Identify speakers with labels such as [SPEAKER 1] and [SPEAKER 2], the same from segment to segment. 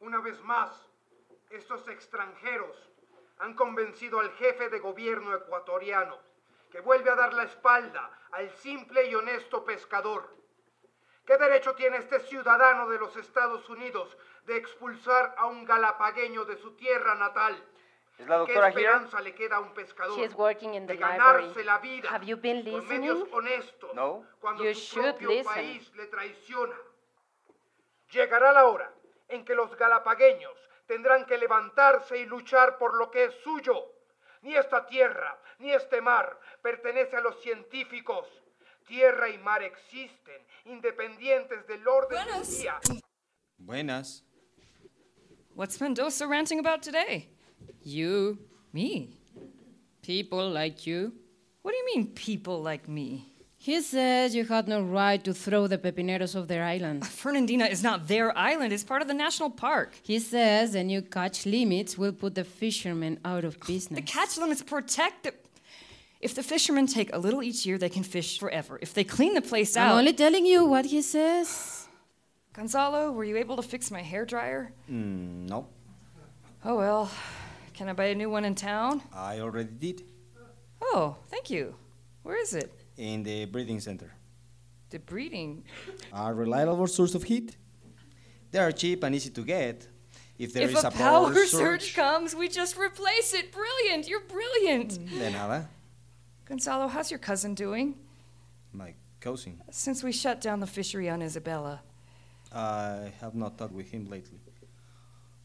[SPEAKER 1] Una vez más, estos extranjeros han convencido al jefe de gobierno ecuatoriano que vuelve a dar la espalda al simple y honesto pescador. ¿Qué derecho tiene este ciudadano de los Estados Unidos de expulsar a un galapagueño de su tierra natal?
[SPEAKER 2] Is la doctora
[SPEAKER 1] ¿Qué esperanza le queda a un pescador
[SPEAKER 3] She is working in the
[SPEAKER 1] de ganarse
[SPEAKER 3] library.
[SPEAKER 1] la vida
[SPEAKER 3] Have you been
[SPEAKER 1] por
[SPEAKER 3] listening?
[SPEAKER 1] medios honestos
[SPEAKER 2] No.
[SPEAKER 1] cuando
[SPEAKER 3] You
[SPEAKER 1] su
[SPEAKER 3] should
[SPEAKER 1] propio
[SPEAKER 3] listen.
[SPEAKER 1] país le traiciona? Llegará la hora en que los galapagueños tendrán que levantarse y luchar por lo que es suyo. Ni esta tierra, ni este mar pertenece a los científicos. Tierra y mar existen, independientes del orden del
[SPEAKER 4] Buenas.
[SPEAKER 1] día.
[SPEAKER 5] Buenas.
[SPEAKER 4] What's Mendoza ranting about today? You, me. People like you. What do you mean, people like me?
[SPEAKER 6] He says you had no right to throw the pepineros off their island.
[SPEAKER 4] Fernandina is not their island, it's part of the national park.
[SPEAKER 6] He says the new catch limits will put the fishermen out of business.
[SPEAKER 4] The catch limits protect the. If the fishermen take a little each year, they can fish forever. If they clean the place
[SPEAKER 6] I'm
[SPEAKER 4] out.
[SPEAKER 6] only telling you what he says.
[SPEAKER 4] Gonzalo, were you able to fix my hair dryer?
[SPEAKER 5] No,
[SPEAKER 4] Oh well. Can I buy a new one in town?
[SPEAKER 5] I already did.
[SPEAKER 4] Oh, thank you. Where is it?
[SPEAKER 5] In the breeding center.
[SPEAKER 4] The breeding.
[SPEAKER 5] A reliable source of heat. They are cheap and easy to get. If there is
[SPEAKER 4] if a, power surge comes, we just replace it. Brilliant. You're brilliant.
[SPEAKER 5] De nada.
[SPEAKER 4] Gonzalo, how's your cousin doing?
[SPEAKER 5] My cousin.
[SPEAKER 4] Since we shut down the fishery on Isabella.
[SPEAKER 5] I have not talked with him lately.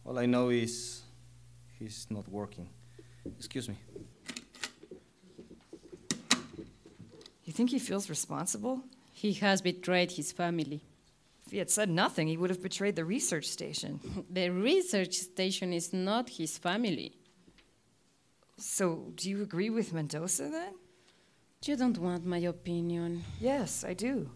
[SPEAKER 5] All I know is he's not working. Excuse me.
[SPEAKER 4] You think he feels responsible?
[SPEAKER 6] He has betrayed his family.
[SPEAKER 4] If he had said nothing, he would have betrayed the research station.
[SPEAKER 6] The research station is not his family.
[SPEAKER 4] So, do you agree with Mendoza then?
[SPEAKER 6] You don't want my opinion.
[SPEAKER 4] Yes, I do.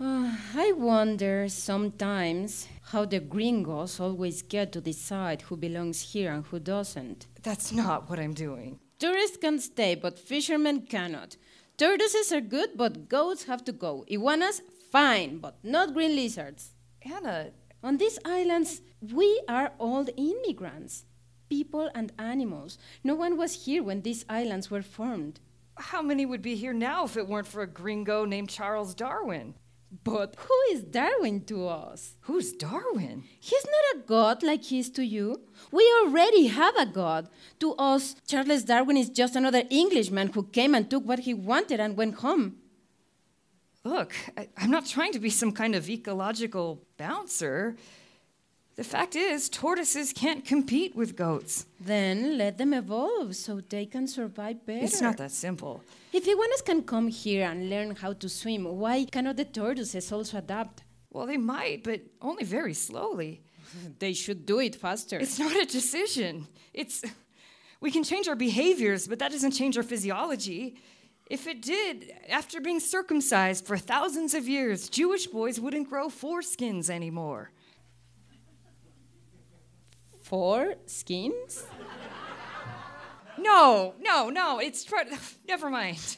[SPEAKER 6] Ah, I wonder sometimes how the gringos always get to decide who belongs here and who doesn't.
[SPEAKER 4] That's not what I'm doing.
[SPEAKER 6] Tourists can stay, but fishermen cannot. Tortoises are good, but goats have to go. Iguanas, fine, but not green lizards.
[SPEAKER 4] Anna,
[SPEAKER 6] On these islands, we are all immigrants people and animals. No one was here when these islands were formed.
[SPEAKER 4] how many would be here now if it weren't for a gringo named Charles Darwin?
[SPEAKER 6] But who is Darwin to us?
[SPEAKER 4] Who's Darwin?
[SPEAKER 6] He's not a god like he is to you. We already have a god. To us, Charles Darwin is just another Englishman who came and took what he wanted and went home.
[SPEAKER 4] Look, I, I'm not trying to be some kind of ecological bouncer. The fact is, tortoises can't compete with goats.
[SPEAKER 6] Then let them evolve so they can survive better.
[SPEAKER 4] It's not that simple.
[SPEAKER 6] If iguanas can come here and learn how to swim, why cannot the tortoises also adapt?
[SPEAKER 4] Well, they might, but only very slowly.
[SPEAKER 6] They should do it faster.
[SPEAKER 4] It's not a decision. It's. We can change our behaviors, but that doesn't change our physiology. If it did, after being circumcised for thousands of years, Jewish boys wouldn't grow foreskins anymore.
[SPEAKER 6] four skins?
[SPEAKER 4] No, no, no. It's tri- never mind.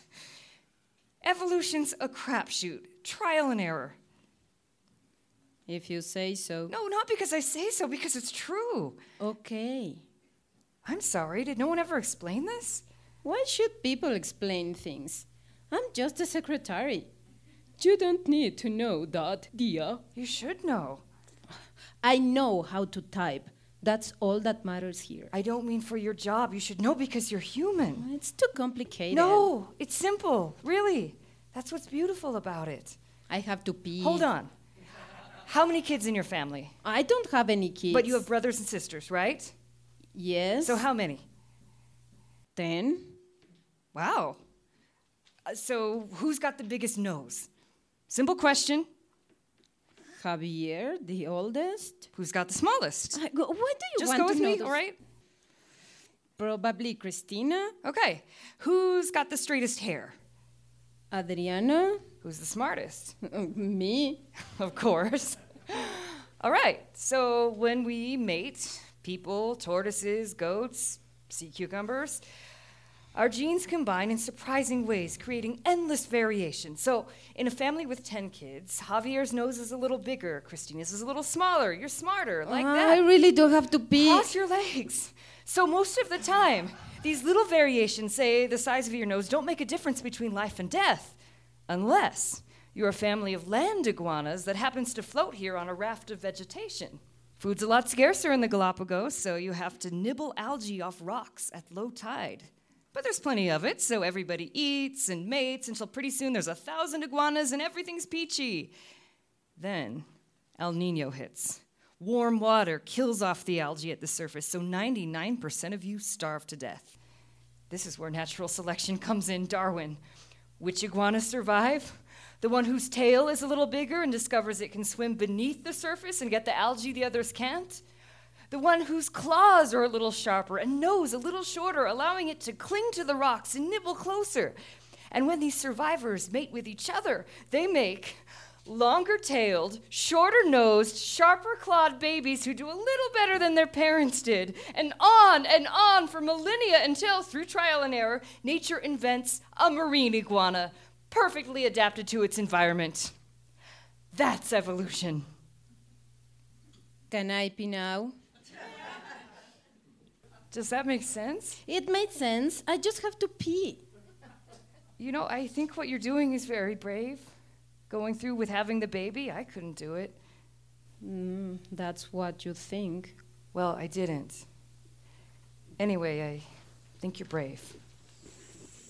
[SPEAKER 4] Evolution's a crapshoot, trial and error.
[SPEAKER 6] If you say so.
[SPEAKER 4] No, not because I say so, because it's true.
[SPEAKER 6] Okay.
[SPEAKER 4] I'm sorry. Did no one ever explain this?
[SPEAKER 6] Why should people explain things? I'm just a secretary. You don't need to know that, dear.
[SPEAKER 4] You should know.
[SPEAKER 6] I know how to type. That's all that matters here.
[SPEAKER 4] I don't mean for your job. You should know because you're human.
[SPEAKER 6] It's too complicated.
[SPEAKER 4] No, it's simple. Really. That's what's beautiful about it.
[SPEAKER 6] I have to pee.
[SPEAKER 4] Hold on. How many kids in your family?
[SPEAKER 6] I don't have any kids.
[SPEAKER 4] But you have brothers and sisters, right?
[SPEAKER 6] Yes.
[SPEAKER 4] So how many?
[SPEAKER 6] Ten.
[SPEAKER 4] Wow. Uh, So, who's got the biggest nose? Simple question.
[SPEAKER 6] Javier, the oldest.
[SPEAKER 4] Who's got the smallest?
[SPEAKER 6] I go, why do you
[SPEAKER 4] Just
[SPEAKER 6] want
[SPEAKER 4] go with
[SPEAKER 6] to know
[SPEAKER 4] me,
[SPEAKER 6] those-
[SPEAKER 4] all right?
[SPEAKER 6] Probably Christina,
[SPEAKER 4] Okay. Who's got the straightest hair?
[SPEAKER 6] Adriana,
[SPEAKER 4] Who's the smartest?
[SPEAKER 6] me.
[SPEAKER 4] of course. all right. So, when we mate, people, tortoises, goats, sea cucumbers, Our genes combine in surprising ways, creating endless variation. So, in a family with 10 kids, Javier's nose is a little bigger, Christina's is a little smaller, you're smarter, like
[SPEAKER 6] Ah, I
[SPEAKER 4] that.
[SPEAKER 6] really do have to be.
[SPEAKER 4] Cross your legs. So, most of the time, these little variations, say the size of your nose, don't make a difference between life and death, unless you're a family of land iguanas that happens to float here on a raft of vegetation. Food's a lot scarcer in the Galapagos, so you have to nibble algae off rocks at low tide. But there's plenty of it, so everybody eats and mates until pretty soon there's a thousand iguanas and everything's peachy. Then El Nino hits. Warm water kills off the algae at the surface, so 99% of you starve to death. This is where natural selection comes in, Darwin. Which iguanas survive? The one whose tail is a little bigger and discovers it can swim beneath the surface and get the algae the others can't? The one whose claws are a little sharper and nose a little shorter, allowing it to cling to the rocks and nibble closer. And when these survivors mate with each other, they make longer tailed, shorter nosed, sharper clawed babies who do a little better than their parents did, and on and on for millennia until, through trial and error, nature invents a marine iguana, perfectly adapted to its environment. That's evolution.
[SPEAKER 6] Can I pee now?
[SPEAKER 4] Does that make sense?
[SPEAKER 6] It made sense. I just have to pee.
[SPEAKER 4] You know, I think what you're doing is very brave. Going through with having the baby, I couldn't do it.
[SPEAKER 6] Mm, that's what you think.
[SPEAKER 4] Well, I didn't. Anyway, I think you're brave.